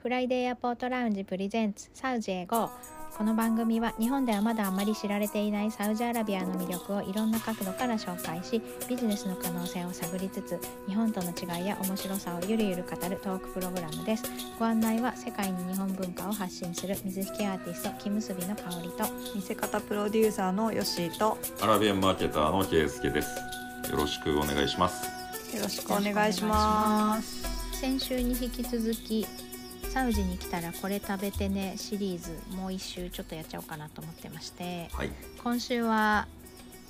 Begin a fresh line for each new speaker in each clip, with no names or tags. フライデーエアポートラウンジプレゼンツサウジへ GO この番組は日本ではまだあまり知られていないサウジアラビアの魅力をいろんな角度から紹介しビジネスの可能性を探りつつ日本との違いや面白さをゆるゆる語るトークプログラムですご案内は世界に日本文化を発信する水引アーティスト木結びの香りと
見せ方プロデューサーのヨッシーと
アラビアンマーケターのケイスケです。よろしくお願いします。
よろしくお願いします
先週に引き続きサウジに来たらこれ食べてねシリーズもう一周ちょっとやっちゃおうかなと思ってまして
はい。
今週は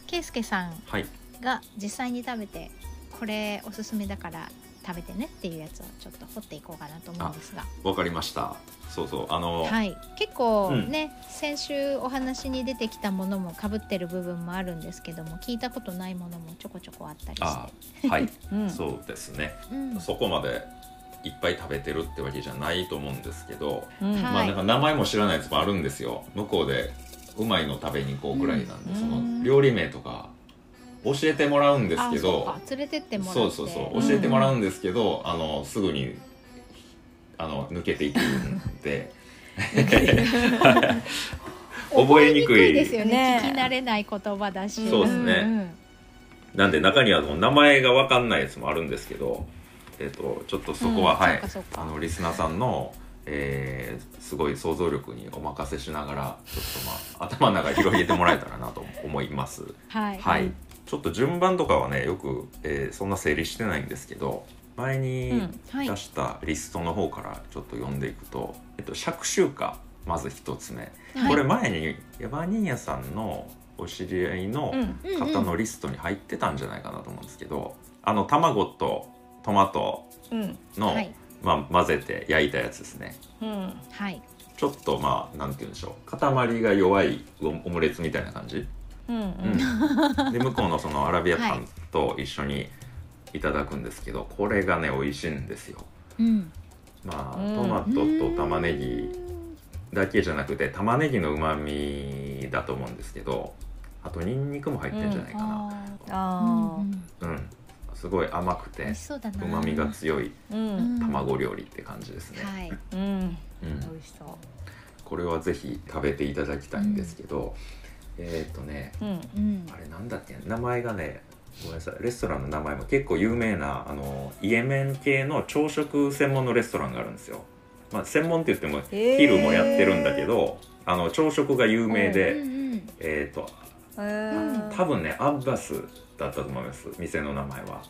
ケイスケさん
はい。
が実際に食べてこれおすすめだから食べてねっていうやつをちょっと掘っていこうかなと思うんですが、
わかりました。そうそう。あの、
はい、結構
うん
ね、先週お話に出てきたものもかぶってる部分もあるんですけども聞いたことないものもちょこちょこあったりし
あ
て、
はい。
うん
そうですね。
うん、
そこまでいっぱい食べてるってわけじゃないと思うんですけど、
うん
はい
まあなんか名前も知らないやつもあるんですよ。向こうでうまいの食べに行こうぐらいなんで、
うん
そ
うん
の料理名とか教えてもらうんですけど、
あそうか連れてってもらって
そうそうそう
うん
教えてもらうんですけど、あのすぐにあの抜けていくん で覚えにくい
ですよね
ね
聞き慣れない言葉だし
そうですねなんで中にはもう名前が分かんないやつもあるんですけど、えっとちょっとそこは、
うん
は
そう
い
かそうか
あのリスナーさんの、えーすごい想像力にお任せしながらちょっと、まあ、頭の中広げてもらえたらなと思います。
はい、
はい、ちょっと順番とかはねよく、えーそんな整理してないんですけど前
う
に
ん
はい
出したリストの方からちょっと読んでいくと、えっと、尺集華まず一つ目、
はい
これ前にヤバニーヤさんのお知り合いの
うん
うんうん
方のリストに入ってたんじゃないかなと思うんですけど、あの卵とトマト
うん
の、
はい
まあ、混ぜて焼いたやつですね
うん
はい
ちょっとまあなんて言うんでしょう塊が弱いオオムレツみたいな感じ
うんう ん
で向こうのそのアラビアパンと一緒にいただくんですけど、これがね美味しいんですよ
うん
まあ
うん
トマトと玉ねぎだけじゃなくて玉ねぎのうまみだと思うんですけどあとニンニクも入ってんじゃないかな
あ
あ
ーうんうん
うん、すごい甘く
美
て
味しそうだな
うまみが強い
ーうん
卵料理って感じですね、
はい
うん
う
美
ん、
味しそ
これはぜひ食べていただきたいんですけど、えーっとね
ううん
うん
あれなんだっけ名前がねごめんなさいレストランの名前も結構有名なあのイエメン系の朝食専門のレストランがあるんですよ、まあ、専門って言っても
へー
昼もやってるんだけど、あの朝食が有名で、
うんうん
えーっと
えー
多分ねアッバスだったと思います店の名
ア
前は
ッバ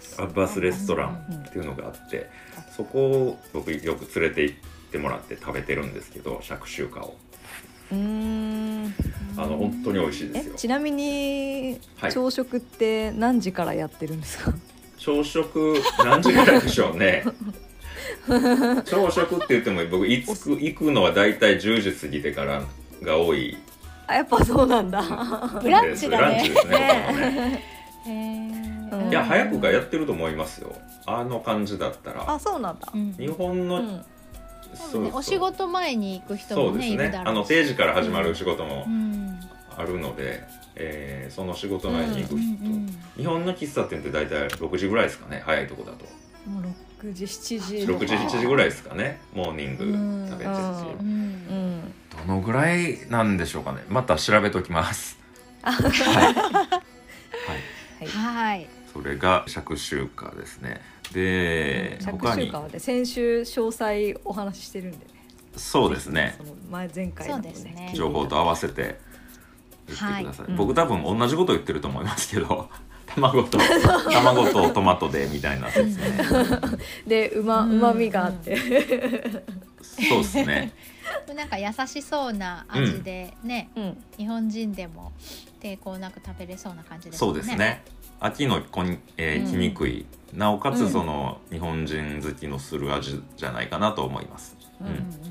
ス
アッバスレストラン
うん
っていうのがあってそこを僕よく連れて行ってもらって食べてるんですけど尺集華を
うーん
あの本当に美味しいで
え
すよ
ちなみに
はい
朝食って何時からやってるんですか
朝食何時ぐらいでしょうね 朝食って言っても僕いつく行くのは大体10時過ぎてからが多い
あやっぱそうなんだ
ブランチだ
ラン
ね
チですね
ね
僕もね
へー
うん
いや早くからやってると思いますよあの感じだった
あ
ら
そうなんだ
うん
日本
う
の、
ん
そう
そうねお仕事前に行く人
そ
も
うで
ね
す
いる
ね
だろう
あの定時から始まる仕事も
うん
あるので、えーその仕事前に行
う
く
んう
人、
ん
日本の喫茶店って大体6時ぐらいですかね早いとこだと
もう6時7時
6時7時ぐらいですかねモーニング
うん
食べてるし
う
うん
ん
うん
どのぐらいなんでしょうかねまた調べときますはい、
はい
はい
それが尺集華ですねで他
着手
に
かはね先週詳細お話ししてるんでね
そうですね
その前前回のも
そうですね
情報と合わせて言ってください、
はい
僕多分同じこと言ってると思いますけど 卵と卵とトマトでみたいな説明
でうまう
うん
まみがあって、
そうですね
なんか優しそうな味でね、
うん、
日本人でも抵抗なく食べれそうな感じです
そ
もん
う
ね
ですね秋の子に、えー
うん
来にくい、なおか
う
つ
ん
その日本人好きのする味じゃないかなと思います、
う
うんん
うんうんうんいい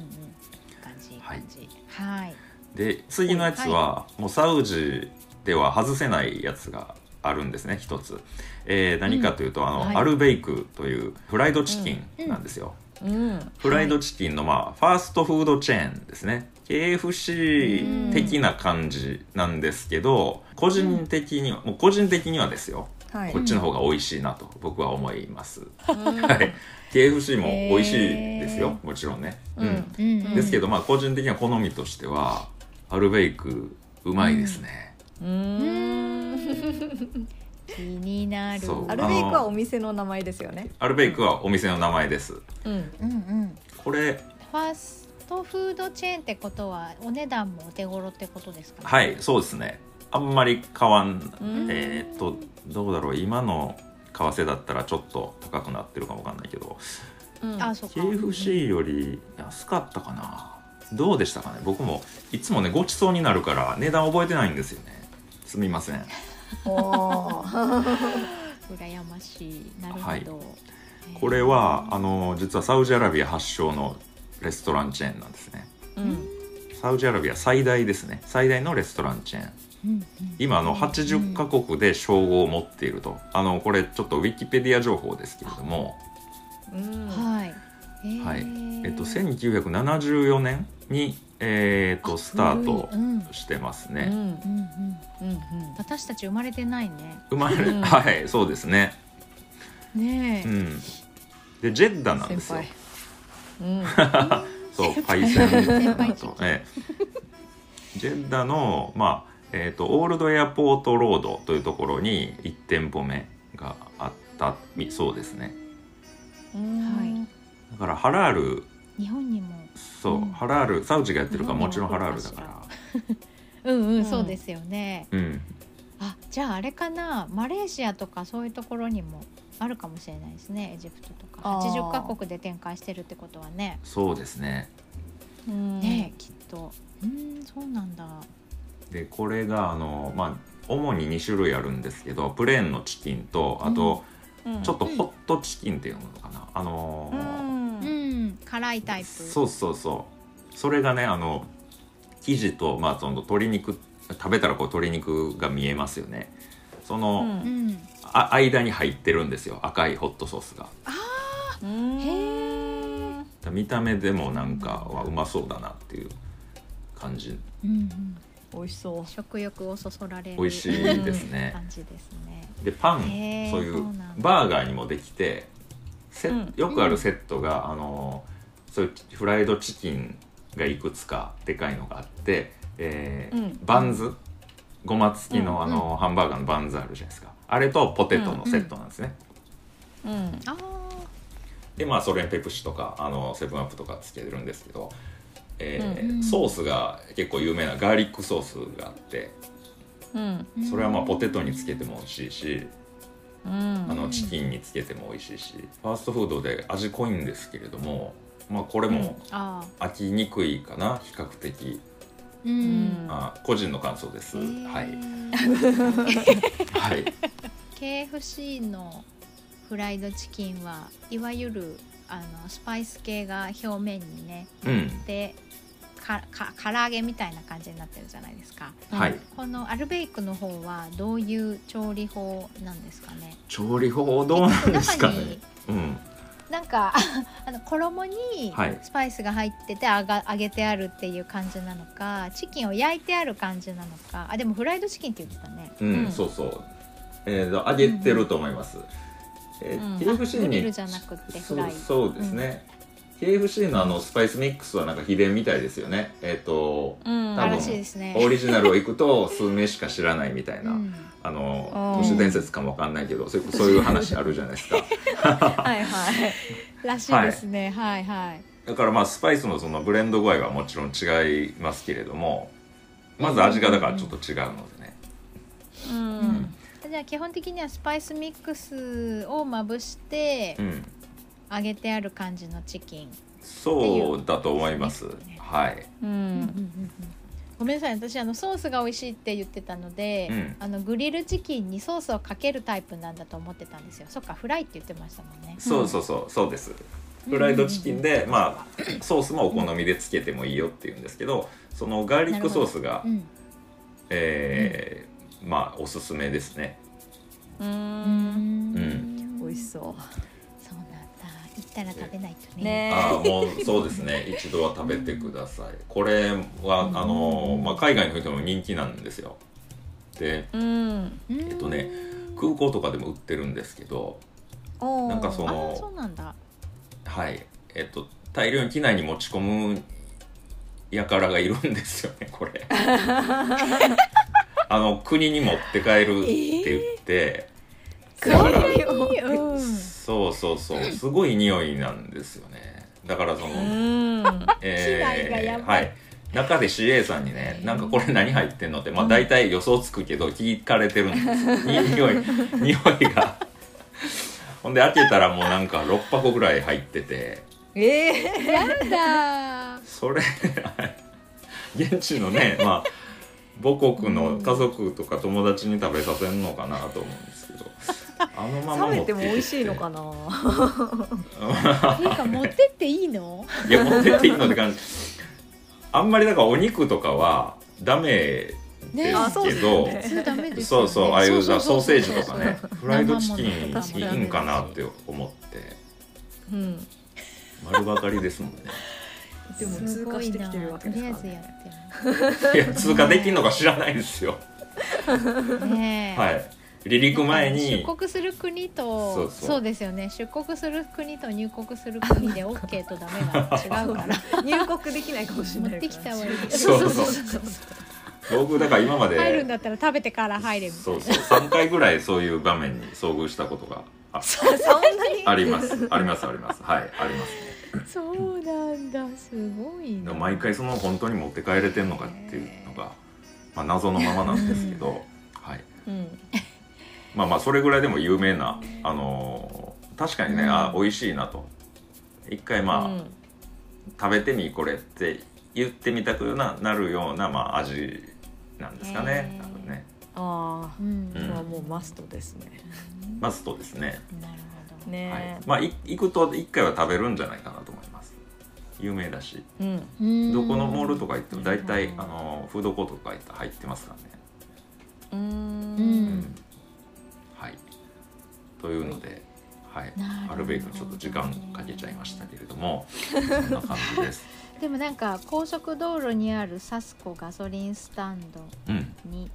感じいい感じはい
で次のやつは、もうサウジでは外せないやつがあるんですね一つ、えー何かというと、あの
はい
アルベイクというフライドチキンなんですよ、
うん、
フライドチキンの、まあ、ファーストフードチェーンですね KFC 的な感じなんですけど個人的にはもう個人的にはですよ
はい
こっちの方が美味しいなと僕は思います、
うん
はい KFC も美味しいです
へ
よ
ー
もちろんね、
うん
うん
うん
ですけどまあ個人的な好みとしてはアルベイクうまいですね、
うーん
気になる
そう
アルベイクはお店の名前ですよね。
アルベイクはお店の名前です
うん、
うんうん
これ
ファストフードチェーンってことはお値段もお手頃ってことですか、
はいそうですねあんまり変わん
うん
えーっとどうだろう今の為替だったらちょっと高くなってるかもわかんないけど
うん
あそうか
KFC より安かったかなどうでしたかね僕もいつもねごちそうになるから値段覚えてないんですよねすみません
おー
羨ましいなるほど、
はいこれはあの実はサウジアラビア発祥のレストランチェーンなんですね
うん
サウジアラビア最大ですね最大のレストランチェーン
うんうん
今あの80カ国で称号を持っていると、あのこれちょっとウィキペディア情報ですけれども、
うん
はい、えー
はいえっと、1974年に、えーっとスタート
古いうんうん
してます
う
ね、
ん
うん、
うん
私たち生まれてないね
生まれ、
うん
はいそうですね
ね
う
え、
んでジェッダなん
先
ですよ
輩。 うん
そうパイ
輩
セン
先輩
と、ええ、ジェッダの、まあえー、とオールドエアポートロードというところに1店舗目があったみそうですね
うん
だからハラール
日本にも
そう、
うん
ハラールサウジがやってるからもちろんハラールだ
日
か
うんうん、
うん
そうですよね
らうん
あじゃああれかなマレーシアとかそういうところにもあるかもしれないですねエジプトとか
あー
80カ国で展開してるってことはね
そうですね
うん
ねえきっとうんそうなんだ
でこれがあのまあ主に2種類あるんですけどプレーンのチキンとあと
うん
ちょっとホットチキンっていうのかな、あの
う
ー
うんん辛いタイプ
そうそうそうそれがねあの生地と、まあ、その鶏肉食べたらこう鶏肉が見えますよねその、
う、ん、
あ間に入ってるんですよ赤いホットソースがだか
うん
へえ
ら見た目でもなんかはうまそうだなっていう感じ
うんうん、
美味しそ
食欲をそそられる
美味しいですね、
感じですね
でパン
へー
そうい
そう
う
なんだ
バーガーにもできてセッ
うん
よくあるセットが、あのそういうフライドチキンがいくつかでかいのがあって、えー
うん
バンズごま付きの,、
うん
あのハンバーガーのバンズあるじゃないですかあれとポテトのセットなんですね、
ううん
あー
でまあそれにペプシとかあのセブンアップとかつけてるんですけど、えー
うん
ソースが結構有名なガーリックソースがあって
うん
うん
それはまあポテトにつけても美味しいし
うん
あのチキンにつけても美味しいしファーストフードで味濃いんですけれどもまあこれも
あ
飽きにくいかな比較的、
ーう
うんん
あ個人の感想です、はいはい
KFC のフライドチキンはいわゆるあのスパイス系が表面にね
うん
でかか唐揚げみたいな感じになってるじゃないですか
はい
このアルベイクの方はどういう調理法なんですかね
調理法どうなんですかねうん
なんか あの衣に
はい
スパイスが入ってて揚が揚げてあるっていう感じなのかチキンを焼いてある感じなのかあでもフライドチキンって言ってたね
うん、
うん
そうそう、えー、揚げてると思います、え
うん
ー KFC
あグリル
に
じゃなくて
そ
フラ
う
イ
そうですね、KFC のあのスパイスミックスはなんか秘伝みたいですよねえっ、と
うん
多分
嵐ですね
オリジナルをいくと数名しか知らないみたいな、
うん
あの
あー
都市伝説かもわかんないけどそういうそういう話あるじゃないです か
はいはい
らしいですねはいはい
だからまあスパイスのそのブレンド具合はもちろん違いますけれどもまず味がだからちょっと違うのでね、
うん
じゃあ基本的にはスパイスミックスをまぶして
うん、
揚げてある感じのチキン、
そうだと思います
っていうことですね
はい、
う
うんうん
ん
うんうんごめんなさい私あのソースが美味しいって言ってたので、
うん
あのグリルチキンにソースをかけるタイプなんだと思ってたんですよそっかフライって言ってましたもんね
そうそうそうそうですフライドチキンで、まあソースもお好みでつけてもいいよっていうんですけどそのガーリックソースが、
うん
えーまあおすすめですね
う
うんん
美味し
う
そ
そうなんだ行ったら食べないと
う
ね
ね
あーもうそうですね 一度は食べてくださいこれはあのー、まあ、海外の人にも人気なんですよで
うん
うん
えっとね空港とかでも売ってるんですけど
おー
なんかそ
あ
の
ーそうなんだ
はいえっと大量に機内に持ち込む輩がいるんですよねこれあの国に持って帰るって言って、
すごい
だ
よ
うん
そうそうそうすごい匂いなんですよねだからそ
う
の、
ん
機内がや
えー、
ば
はいい中で CA さんにね「なんかこれ何入ってんの?」ってまあ大体予想つくけど聞かれて るんですよ匂い匂いがほんで開けたらもうなんか6箱ぐらい入ってて
え
やだ
それ 現地のねまあ母国の家族とか友達に食べさせるのかなと思うんですけどあのまま
冷め
持ってて
も
き
美味しいのか
な
な
ていうか持ってっていいの
いや持ってっていいのって感じあんまりだからお肉とかはダメ
ね
ですけど、
あそうですよね
普通ダメですよ
そ
ね
うそうああいう
そ
ソ
そそ
ーセー
そ
ジとかねフライドチキンいいんかなって思って
うん
丸ばかりですもんね
でも
す
通
ご
過
い
して
な
きてるわけですから
とりあえず
ね
い や通過できんのか知らないですよ
やってるねえ
はい離陸前に
出国する国とそ
そううそう
ですよね出国する国と入国する国 で OK とダメが違うから
入国できないかもしれ
持
ないか
って
ら
きた方がいい
そうそう僕だから今まで
入るんだったら食べてから入れみたい
そうそう3回ぐらいそういう場面に遭遇したことが あ
そんなに
ありますありますありますはいありますね
なそうなんだすごい
で
な
も毎回その本当に持って帰れてんのかっていうのが、まあ、謎のままなんですけど、はい、
うん
まあまあそれぐらいでも有名な、あのー確かにね、
うん
あ美味しいなと一回まあ、
うん
食べてみこれって言ってみたくななるような、まあ、味なんですかね、
へー
多分ね
あ
う
あ
ん、
う
こ
ん
れはもうマストですね
マストですね、
なるほど、
はい
ね
まあい行くと一回は食べるんじゃないかなと思います有名だし
うん
うん
どこのモールとか行っても大体、
うん
あのーフードコートとか行ったら入ってますからね
う
うん
ん
うんはい。というので、はい
なるほ、ど
アルベイクにちょっと時間かけちゃいましたけれども、そんな感 じです。
でもなんか高速道路にあるサスコガソリンスタンド
うん、
に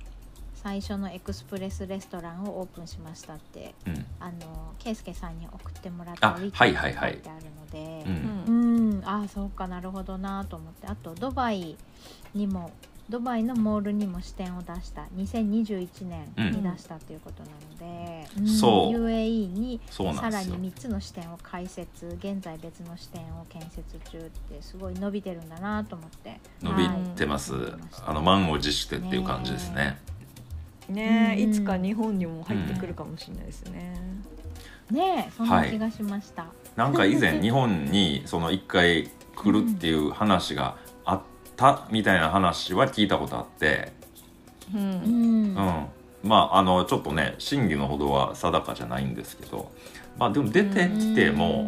最初のエクスプレスレストランをオープンしましたって
うん、
あのケイスケさんに送ってもらった
あ
ウィキ
は
に
い
書
はいい
てあ
はい
るので
う、
うんん
うんああそうかなるほどなと思ってあとドバイにもドバイのモールにも支店を出した2021年に出したということなので、うん
そう
UAE に
そうな
さ
んで
ら
す
に
よ。
3つの支店を開設現在別の支店を建設中ってすごい伸びてるんだなと思って
伸
は
び
い
てます。あの満を持してっていう感じですね。
ねえ
うん
いつか日本にも入ってくるかもしれないですね
ねえそんな気がしました、
なんか以 前日本にその一回来るっていう話があったみたいな話は聞いたことあって、
う
うんん
うん、まああのちょっとね真偽のほどは定かじゃないんですけど、まあでも出てきても。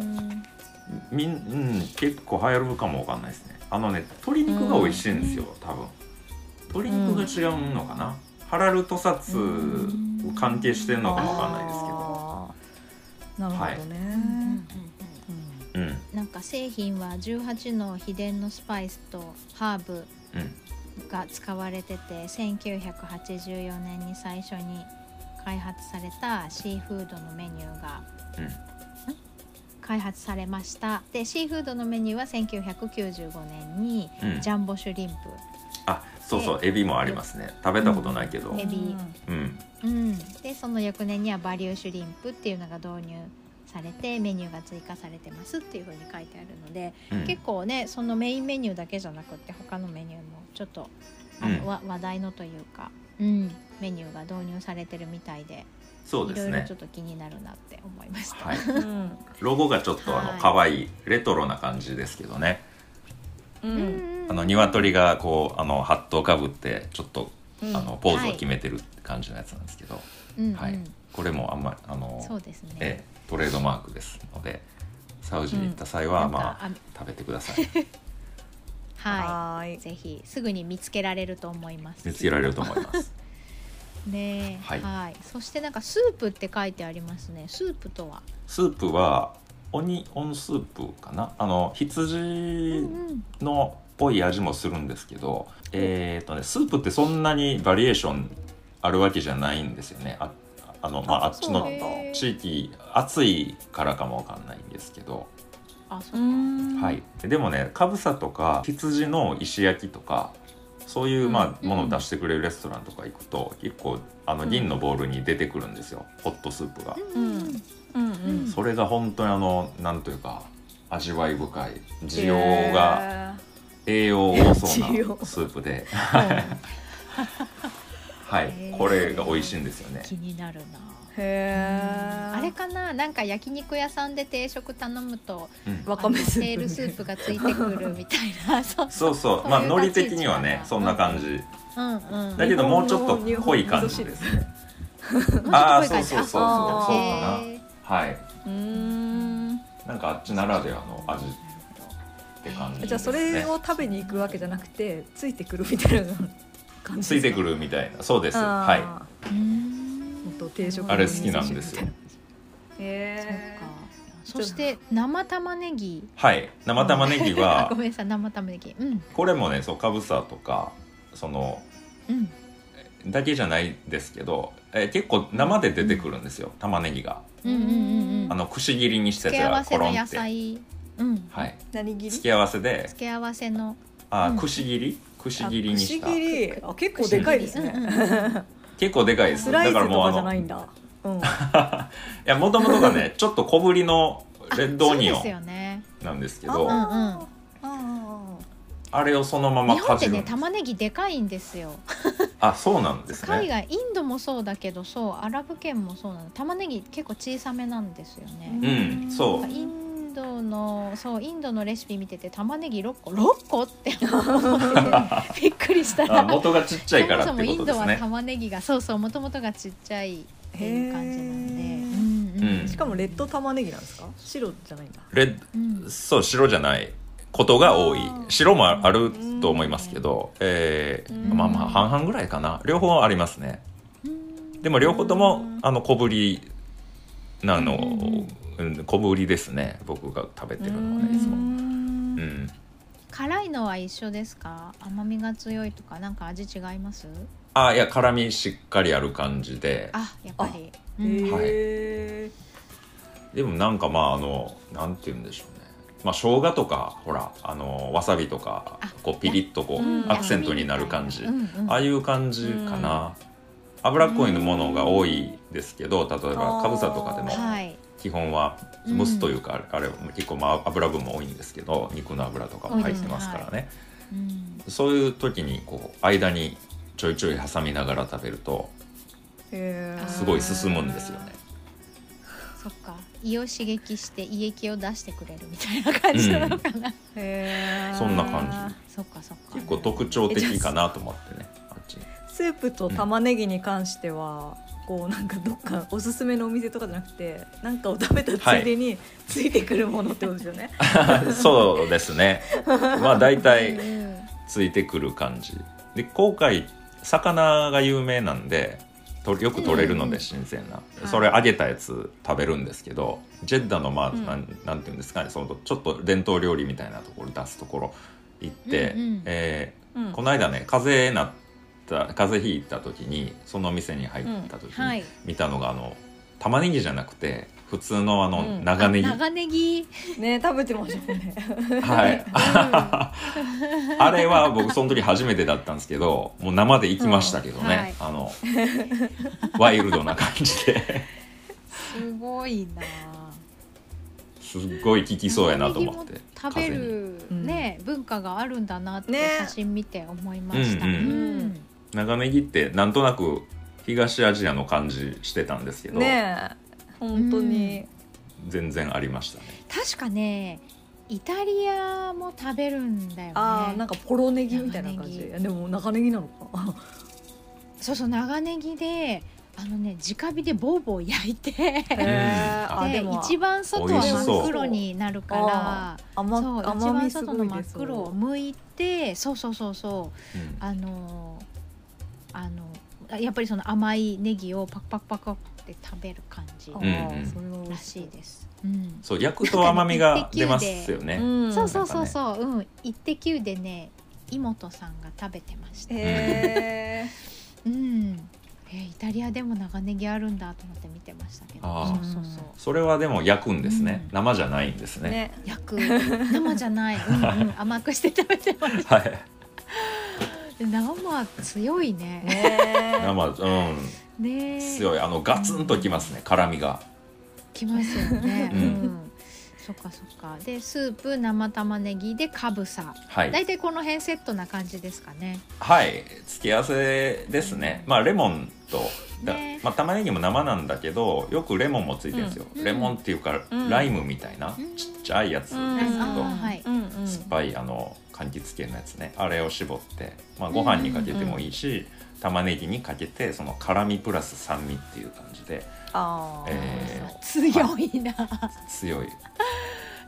みん、うん、結構流行るかもわかんないですねあのね鶏肉が美味しいんですよ、多分鶏肉が違うのかな、ハラルトサツを関係してるのかもわかんないです
あーなるほどね
うんうんうんうん
けど
なんか製品は18の秘伝のスパイスとハーブ
うんうん
が使われてて1984年に最初に開発されたシーフードのメニューが
うん
開発されましたでシーフードのメニューは1995年に
うん
ジャンボシュリン
あそうそうエビもありますね食べたことないけど
うんエビ
うん
プ、うん、でその翌年にはバリューシュリンプっていうのが導入されてメニューが追加されてますっていうふうに書いてあるので
うん
結構ねそのメインメニューだけじゃなくって他のメニューもちょっとあの、
うん
わ話題のというか、うん、メニューが導入されてるみたいで
そう
いろ
です
いろ
ね
ちょっと気になるなって思いました。
はい
うん
ロゴがちょっとあの
はい
可愛いレトロな感じですけどね
う
うんんうん
あの鶏がこうあのハットをかぶってちょっと
うん
あのポーズを決めてる感じのやつなんですけど、
うんうん
はいこれもあんまりあの
そうですね。
ええトレードマークですのでサウジに行った際は、
なんか
まあ
あ
食べてください
は
はー
い、
い
ぜひすぐに見つけられると思います。
見つけられると思 います
ねえ、は、
はいい
そしてなんかスープって書いてありますね。スープとは。
スープはオニオンスープかなあの
うん
羊
うん
のっぽい味もするんですけど、えっ、とねスープってそんなにバリエーションあるわけじゃないんですよねあああのまああ
あ
っち
そうな
の
んだ
地域暑いからかもわかんないんですけど、
あそうう、
ん
はい、でもねかぶさとか羊の石焼きとかそういう、まあ
うん
ものを出してくれるレストランとか行くと結構あの
うん
銀のボウルに出てくるんですよ、ホットスープが。
うんうんうん
それが本当にあのなんというか味わい深い需要が栄養多そうな
需要
スープ
へ
で、
ー
はい
へー、
これが美味しいんですよね。
気になるな
へえ
あれかななんか焼肉屋さんで定食頼むと
うん
わかめスープ
テールスープがついてくるみたいな そう
そうそう、
そう
まあ、
いう
ノリ的にはね、
立ち位
そん
置
な
なんだ
感じ。
うんうん
だ けど、もうちょっと濃い感じ
日本の日本の味噌汁ですす
でね。
ああ
ああ、
そ
そうう
そ
そううそう、
そ
そうう、
あ
そ
か
うかな。はい、
うーん
なんかあっちならではの味って感じです、ね。
じゃあそれを食べに行くわけじゃなくてついてくるみたいな感じ
つ
で
い
すか
てくるみたいな、そうです。
あ
はい
ー。
うーん
ほんと定食
あれ好きなんですよ
そっ
へ
かそして生玉ねぎ
はい、生玉ねぎ
あ ご
は、
めんなさい生玉ねぎうん
これもね、そう、かぶさとか、その。
うん
だけじゃないですけど、えー結構生で出てくるんですよ、玉ねぎが。
うんうんうんうん
あのくし切りにした
付け
や
合
つ
わせ
がコ
の
ロン
野
って。
菜うん
はい、
え何切
付
り
け合わせで、
付け合わせの
あ
うん
ー、くし切り、くし切りにした
あ。串切りあ結構でかいですね、
うんうん
結構でかいです。
ス
だ
ライス
から
と
もうあ
かじゃ
の、
ないいんだうん
や、もともと がね、ちょっと小ぶりのレッドオニオ
あそうです
ン
よね
なんですけど、あ
あ
あーあ
れをそのまま
日本
か
って
じる
ね
んです。
玉ねぎでかいんですよ
あ、そうなんです
海外
ね。
インドもそうだけどそうアラブ圏もそうなの玉ねぎ結構小さめなんですよね
ー
うん、
なん
そう
か。インドのそうインドのレシピ見てて玉ねぎ6個6個って思って てびっくりした
あ
ら
元がちっちゃいから
そ
っ
もそも
て
イ
こ
ン
とで
ド
す
は
ね。
玉ねぎがそうそうもともとがちっちゃいっていう感じなんで
へー
うんうん
うん
ーしかもレッド玉ねぎなんですか白じゃないんだ
レッ
うん
そう白じゃないことが多い白もあると思いますけど、えーまあまあ半々ぐらいかな両方ありますね
うん
でも両方とも
うん
あの小ぶりな
う
の
ん、
うん小ぶりですね僕が食べてるのはねいつも、う
も
ん、
辛いのは一緒ですか甘みが強いとかなんか味違います
あいや辛みしっかりある感じで
あやっぱりう
へ
ん
え
でもなんかまああのなんて言うんでしょうねまあ生姜とかほらあのわさびとか
あ
こうピリッとこ
うん
うアクセントになる感じ、
うんうん
ああいう感じかな、脂っこいものが多いですけど例えば
あー
かぶさとかでも
はい
基本は蒸すというか、あれあれ結構まあ油分も多いんですけど肉の油とかも入ってますからね、
うん
そういう時にこう間にちょいちょい挟みながら食べるとすごい進むんですよね。
そっか胃を刺激して胃液を出してくれるみたいな感じなのかな、
へー
そんな感
そっかそっか
結構特徴的かなと思ってねあっちに
スープと玉ねぎに関しては、こうなんかどっかおすすめのお店とかじゃなくてなんかを食べたついでについてくるものってことですよね、
そうですねまあ大体
うん
ついてくる感じで今回魚が有名なんでとよく取れる
う
の
んう
で
ん
新鮮な、
はい
それ揚げたやつ食べるんですけどジェッダのまあ、
うん
なんなんていうんですかねそのちょっと伝統料理みたいなところ出すところ行って、
うんうん
え
うん
ー この間ね風邪なった風邪ひいた時にその店に入った時
は
に
い
見たのが、あの玉ねぎじゃなくて普通のあの
うん
長ネギ、
あ長ネ ギ
ね食べてましたもん ね
はい、あれは僕その時初めてだったんですけどもう生で行きましたけどね、
うんはい
あのワイルドな感じです
ごいな
すっごい効きそうやなと思っ
長ネ
て
ギも食べる
風に
ね、文化があるんだなって
ね
写真見て思いました、
うん
うん
長ネギってなんとなく東アジアの感じしてたんですけど、
ねえ本当に、
全然ありましたね
確かねイタリアも食べるんだよね
ああなんかポロネギみたいな感
長ネ
じ
ギ
いやでも長ネギなのか
そうそう長ネギであのね直火でボーボー焼いて
へ えあ
で
でも
一番外は
美味しそう
真っ黒になるから
甘
そう一
甘
番
みす
外
ご
の
い
真
で
っ
す
黒を剥いてそうそうそうそう
うん
あのーあのやっぱりその甘いネギをパクパクパクパクって食べる感じ
あ
ん
ー
うん
それは美
ら
味
し
し
い
い
です。うん、
そう焼くと甘みが出ますよね、
ん
そうそうそうそう、うん、イッテ Q でね、妹さんが食べてました。
へえ
うん、えーイタリアでも長ネギあるんだと思って見てましたけど
あ
ー
そうそうそう
それはでも焼くんですね、
うん
生じゃないんですね
ね
焼く生じゃ ない、うんうん、甘くして食べてまし
はい
た生強いね
ね
生うん
ねえ
強いあのガツンときますね辛みが
きますよね、う
うんん
そっかそっかでスープ生玉ねぎでかぶさ
はい
大体この辺セットな感じですかね
はい付け合わせですねまあレモンとだ
ね
まあ玉ねぎも生なんだけどよくレモンもついてるんですよ、
うん
レモンっていうか、
うん
ライムみたいな、
うん
ちっちゃいやつ
うん
ですけど、
あーはい
うんうん
酸っぱいあの柑橘系のやつねあれを絞って、まあ、ご飯にかけてもいいし、玉ねぎにかけてその辛みプラス酸味っていう感じで
あー
え
強いな、
強い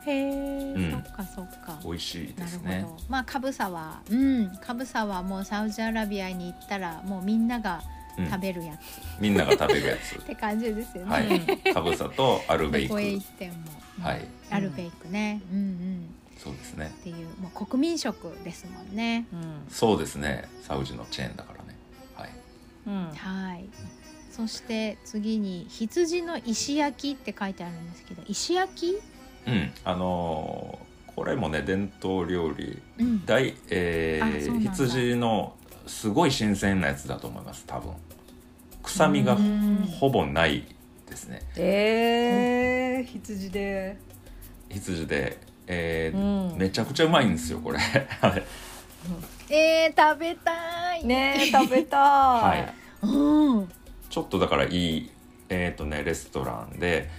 へえ、
ん
そっかそっか
美味しいで
なる
す
ほど、
ね
まあかぶさはうんかぶさはもうサウジアラビアに行ったらもうみんなが
うん
食べるやつ
みんなが食べるや
っ
つ
て感じですよね、
は
う
いかぶさとアルベイ
ど
ク
こ
は
へ
い
行っても、アルベイクねうんうん
そうですね
っていうもう国民食ですもんね
うん
そうですねサウジのチェーンだからねはい
うん
はい。そして次に羊の石焼きって書いてあるんですけど、石焼き？
うんあのーこれもね伝統料理
うん。
大、えー
あそうなんだ
羊のすごい新鮮なやつだと思います多分臭みが
うん
ほぼないですね
えー、羊で、
羊で、え
う
ー
ん、
めちゃくちゃうまいんですよこれ はい
えー、食べたい。。
ねえ食べたい、
はい
うん。
ちょっとだからいいえっ、とねレストランで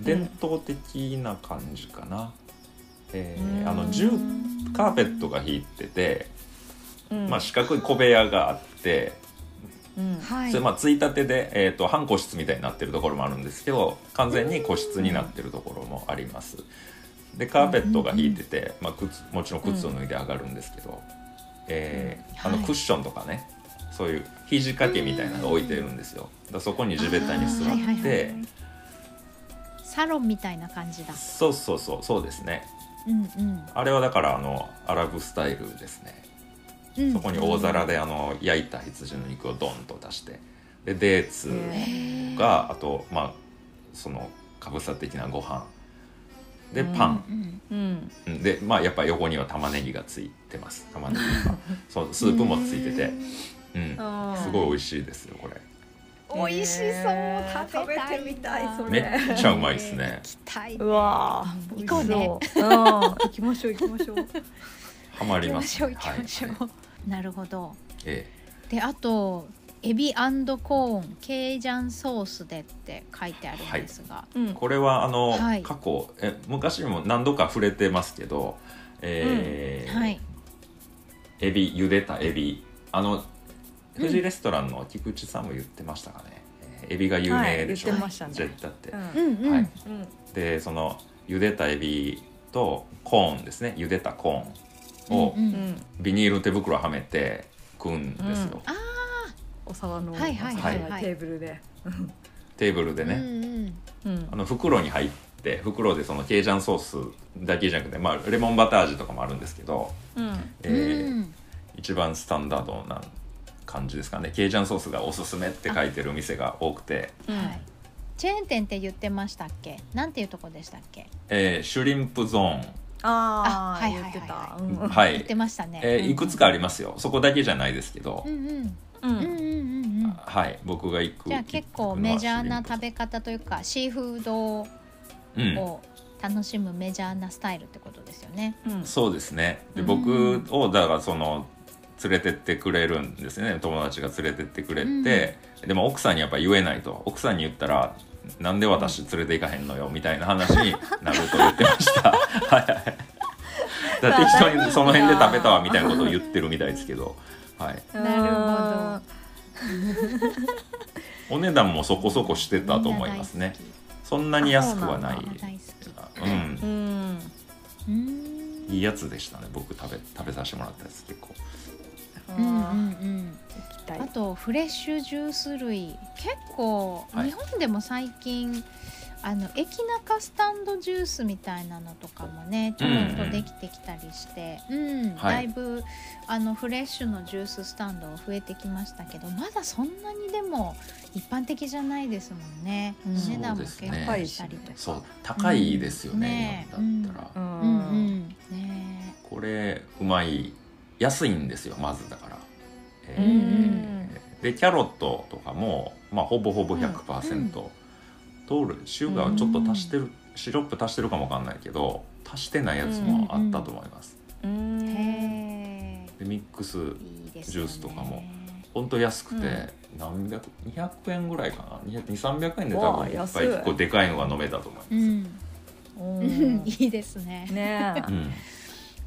伝統的な感じかな、えーあ
う
の
ん
10カーペットが引いてて、
うん
まあ、四角い小部屋があって
うん
はい。
それまあついたてで、えー、と半個室みたいになってるところもあるんですけど完全に個室になってるところもありますでカーペットが引いてて、まあ、靴もちろん靴を脱いで上がるんですけど、えー
うん
あの
はい
クッションとかねそういう肘掛けみたいなのが置いてるんですよだからそこに地べたに
あー
座
はい
っ
はいは
て
いサロンみたいな感じだ。
そうそうそうそうですね
うんうん。
あれはだからあのアラブスタイルですね
うん、
そこに大皿であの焼いた羊の肉をドンと出してでデーツ
へー。
があとまあそのかぶさ的なご飯でパン、
うん
うん
うんでまあやっぱ横には玉ねぎがついてます玉ね ぎがそうスープもついてて、う
う
ん、
ん
すごい美味しいですよこれ
うん。美味しそう、
えー
食べたい
食べてみたいそれ
めっちゃうまいです
えー
ね
行きたい。
うわー
行こうね
美味しそううん行きましょう行きましょう
ハマり
行きま
ま
し
す
ょ
ね
う行きましょう。
はいはい
なるほど。
え
であとエビコーンケイジャンソースでって書いてあるんですが、
うん
えこれはあの、
はい
過去え昔にも何度か触れてますけど、えー
はい、
エビ茹でたエビあの
うん
富士レストランの菊池さんも言ってましたかね、えーエビが有名でしょ、
はい言って
ましたね
ジェッタって、
うんうん、
はい
うん
でその茹でたエビとコーンですね茹でたコーンを
うん
う
うん
ん
ビニール手袋はめて食うんですよ、
あ
お皿の
はいはい
はい
お皿のテーブルで、
テーブルで
ー、
ね、
うんうん、
うん
あの袋に入って袋でそのケイジャンソースだけじゃなくて、まあ、レモンバター味とかもあるんですけど、
うん
えー
うん
一番スタンダードな感じですかねケイジャンソースがおすすめって書いてるお店が多くて、
はい、チェーン店って言ってましたっけなんていうとこでしたっけ、
えーシュリンプゾーン、
あ
あ
あ
はいはいはい
言ってた、
は
言
い
って、ましたね、
えーいくつかありますよそこだけじゃないですけど、
うんうん
う
う
ん
んうんうんうん
はい僕が行く
じゃあ結構メジャーな食べ方というかシーフード
べうん
を楽しむメジャーなスタイルってことですよね、
うん
そうですねで
うん
僕をだからその連れてってくれるんですね友達が連れてってくれて、でも奥さんにやっぱ言えないと奥さんに言ったら「なんで私連れて行かへんのよ」みたいな話になると言ってまし たはいだから適当にその辺で食べたわみたいなことを言ってるみたいですけど、はい、
なる
お値段もそこそこしてたと思いますねそんなに安くはない
みんな大好きみんな大好き
ほ
うん
どうん
うーん
いいやつでしたね僕食べ食べさせてもらったやつ結構
うんうん
あ
うん
ー行きたい
あとフレッシュジュース類結構
はい
日本でも最近あの駅中スタンドジュースみたいなのとかもねちょろっとできてきたりして、うん
はい
だいぶあのフレッシュのジューススタンド増えてきましたけどまだそんなにでも一般的じゃないですもんね、
うん
お値段も
そうで
結
すね
構したりとか。
そう高いですよね,、
うん
日本だったら、
うんうんね
これうまい安いんですよまずだから、え
う
ー
ん
でキャロットとかも、まあ、ほぼほぼ100%、トールシュガーをちょっと足してる、シロップ足してるかもわかんないけど足してないやつもあったと思います、
うん
へ
でミックス
ーいいです
ジュースとかもほんと安くて、何百200円ぐらいかな200300円で多
わあ
分いっぱ
安
い
い
結構でかいのが飲めたと思います、
う
うん
ん、
う
うんん、 いいですね
ねえ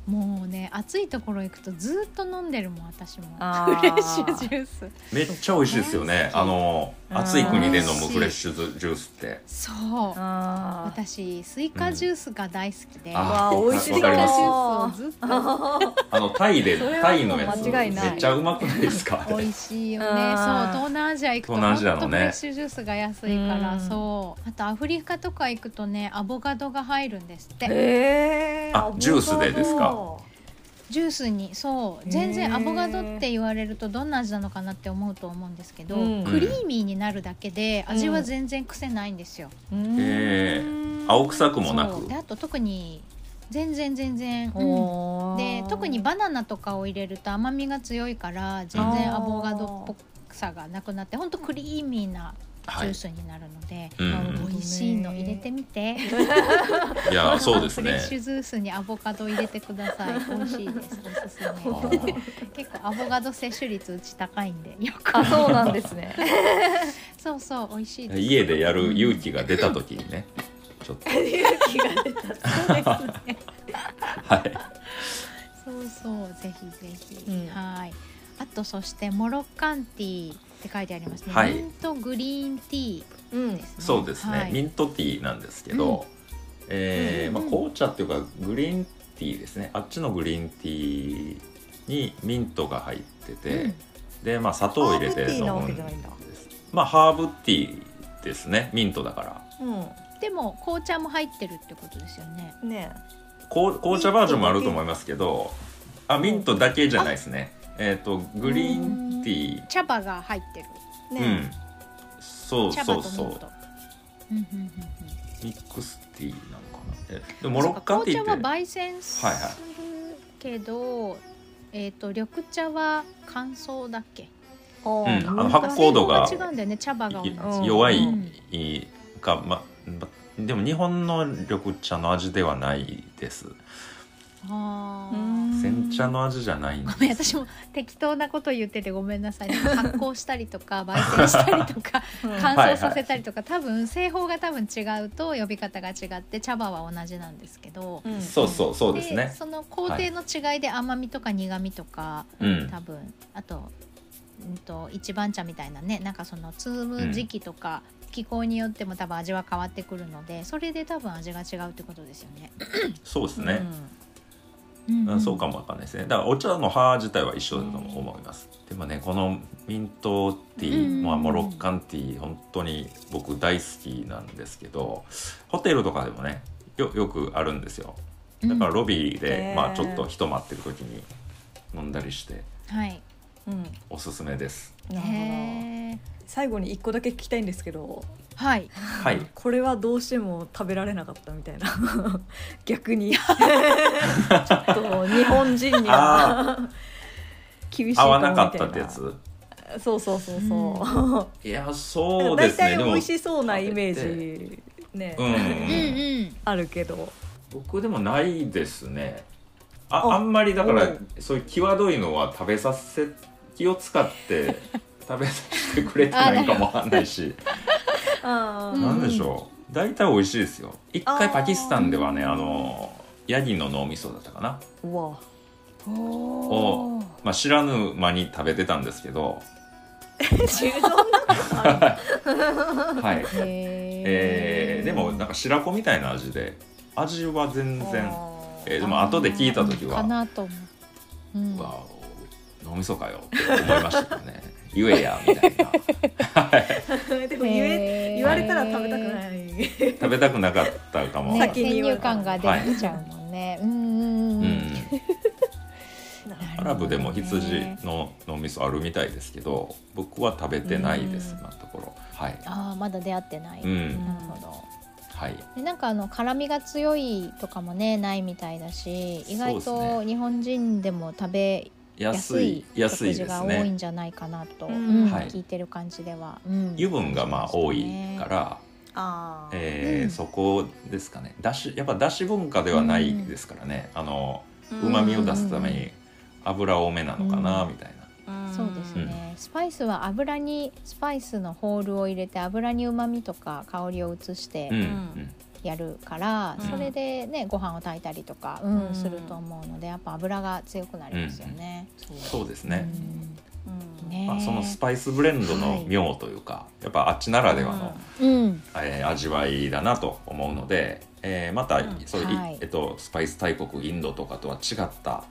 もうね暑いところ行くとずっと飲んでるもん私も
あ
フ
ー
レッシュジュース
めっちゃ美味しいですよね
そう
あの
うん
暑い国で飲むフレッシュジュースって
そう
あー
私スイカジュースが大好きで、
あ
わあ美味しい
スイカジュースをずっと
う
あのタイで
それはもう
タイのやつ
間違い
め
ない
っちゃうまくないですか
美味しいよね
う
そ
ん
う東南アジア行くと
東南アジア
ほ
のね
んとフレッシュジュースが安いから、
うん
そうあとアフリカとか行くとねアボカドが入るんですって
えー
あジュースでですか
アボ
ジュースにそう全然アボカドって言われるとどんな味なのかなって思うと思うんですけど、
うん
クリーミーになるだけで味は全然癖ないんですよ、
カドうん
え青臭くもな
そ
く
うであと特に全然全然、うん
おー
で特にバナナとかを入れると甘みが強いから全然アボカドっぽさがなくなってほんとクリーミーな
は
ジュ
い
ー、スになるので、
うん
なるほど
美味しいの入れてみて、
いやそうです
フレッ
ね
シュジュースにアボカド入れてくだ さい美味しいですおすす
あ
め
ー
結構アボカド摂取率うち高いんでよく
あそうなんですね
そうそう美味しいです
家でやる勇気が出た時にねちょっと
勇気が出た
はい
そうそうぜひぜひ、
うん
はいあとそしてモロッカンティーって書いてありますね、
はい
ミントグリーンティ
う
ー
ん
ですね
そうですね、
はい
ミントティーなんですけど、
うん
えー
うん
まあ、紅茶っていうかグリーンティーですねあっちのグリーンティーにミントが入ってて、
うん
で、まあ、砂糖を入れて飲
ハー
む
ブティーなわけ
んで
じゃないんだ
すまあハーブティーですねミントだから
でも紅茶も入ってるってことですよね
うんね
こう紅茶バージョンもあると思いますけどあミントだけじゃないですねえっ、とグリーンティー
茶葉が入ってる
え
う
ね
んそう
茶
そ
葉
う
と
そ
ミン
う
トうんうんうんうん
ミックスティーなのかなえでもモロッカンティー
そう
っ
か紅
て
茶は焙煎す
はいはい
るけど、えっ、と緑茶は乾燥だっけ
うん
あの
うん
発酵度が
違うんだよね茶葉が同じ
うん
弱い
うん
か、ま、までも日本の緑茶の味ではないです
あ
う
ー
ん
煎茶の味じゃないんで
ご
す
めん私も適当なこと言っててごめんな さい発酵したりとか焙煎したりとか
うん
乾燥させたりとか多分製法が多分違うと呼び方が違って茶葉は同じなんですけど、
ん
そうそうそうですね
その工程の違いで甘みとか苦みとか、
うん
多分あと,、うん、と一番茶みたいなねなんかその摘む時期とか、気候によっても多分味は変わってくるのでそれで多分味が違うってことですよね。
そうですね、
うん
うんそうかもわかんないですねだからお茶の葉自体は一緒だと思いますでもねこのミントティー、
うん
まあ、モロッカンティー本当に僕大好きなんですけどホテルとかでもねよよくあるんですよ
うん
だからロビーで、
へー
まあ、ちょっと人待ってる時に飲んだりして
はい
うん
おすすめです
なるほど
へー
最後に一個だけ聞きたいんですけど
はい
はい
これはどうしても食べられなかったみたいな 逆 にちょっと日本人には 厳しいか
合
も
わ
みた
ないか
な
ったってやつ
そうそうそうそう、
いやそうで
大
すね
体
で
美
も
味しそうなイメージね、
うん
うんうん
あるけど
僕でもないですねあ
あ
あんまりだから
うん
そういう際どいのは食べさせ気を使って 食べさせてくれてないかもわかんないし
あ
ー
なんでしょう大体美味しいですよ一回
あー
パキスタンではねあのヤギの脳みそだったかな、
うわ
おー
まあ、知らぬ間に食べてたんですけど
そんなことある
はい
へー
えーでもなんか白子みたいな味で味は全然
あー
えーでも後で聞いた時
か
は
なと思う、うん
わ脳みそかよって思いましたけどね言えやみたいな
でも言
へ
え
ー
言われたら食べたくない。
食べたくなかったかも、
ね、
先に
先
言
入
わない
観が出ちゃうもんね。うんうん
う
うん
ん、
な
なるほどね
アラブでも羊の脳みそあるみたいですけど僕は食べてないです
うん
今のところはい
ああまだ出会ってない。
うん
なるほど。
はい
でなんかあの辛みが強いとかもねないみたいだし、意外
そうです
と日本人でも食べやす
安い
い
安
食
い
事
で
が
す
多いん
ね
じゃないかなと、
うん
うん
はい
聞いてる感じでは、うん
油分がまあ多いか。ら、
ああ。
えー
うん
そこですかねだしやっぱだし文化ではないですからね、あのうまみを出すために油多めなのかな
うん
みたいな、
うん。
そうですね、スパイスは油にスパイスのホールを入れて油にうまみとか香りを移して
うんうん
やるから、
うん
それでねご飯を炊いたりとか、うん
うん
すると思うのでやっぱ油が強くなりますよね。
そうですね、
うん。
ね
まあ、そのスパイスブレンドの妙というか、やっぱあっちならではの、
うん
えー味わいだなと思うので、えーまた
うん
そういう、
はい
えっと、スパイス大国インドとかとは違った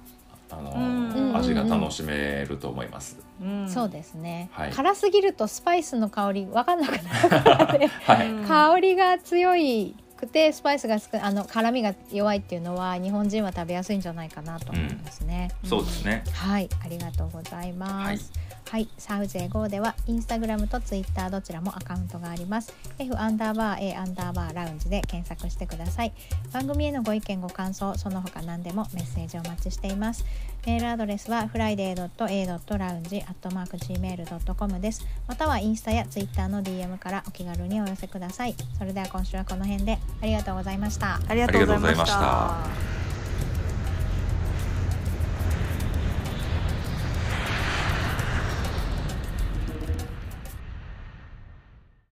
あの、
うん
味が楽しめると思います。
うん。
そうですね、
はい
辛すぎるとスパイスの香り分かんなくなるからね
はい、
うん
香りが強いくてスパイスが少あの辛みが弱いっていうのは日本人は食べやすいんじゃないかなと思いますね。
そうですね。
はい、ありがとうございます。はい、サウジェ5ではインスタグラムとツイッターどちらもアカウントがあります。F アンダーバー A アンダーバーラウンジで検索してください。番組へのご意見ご感想その他何でもメッセージをお待ちしています。メールアドレスは friday.a.lounge.gmail.com です。またはインスタやツイッターの DM からお気軽にお寄せください。それでは今週はこの辺でありがとうございました。
ありがとうございまし
ありがとうございま
た。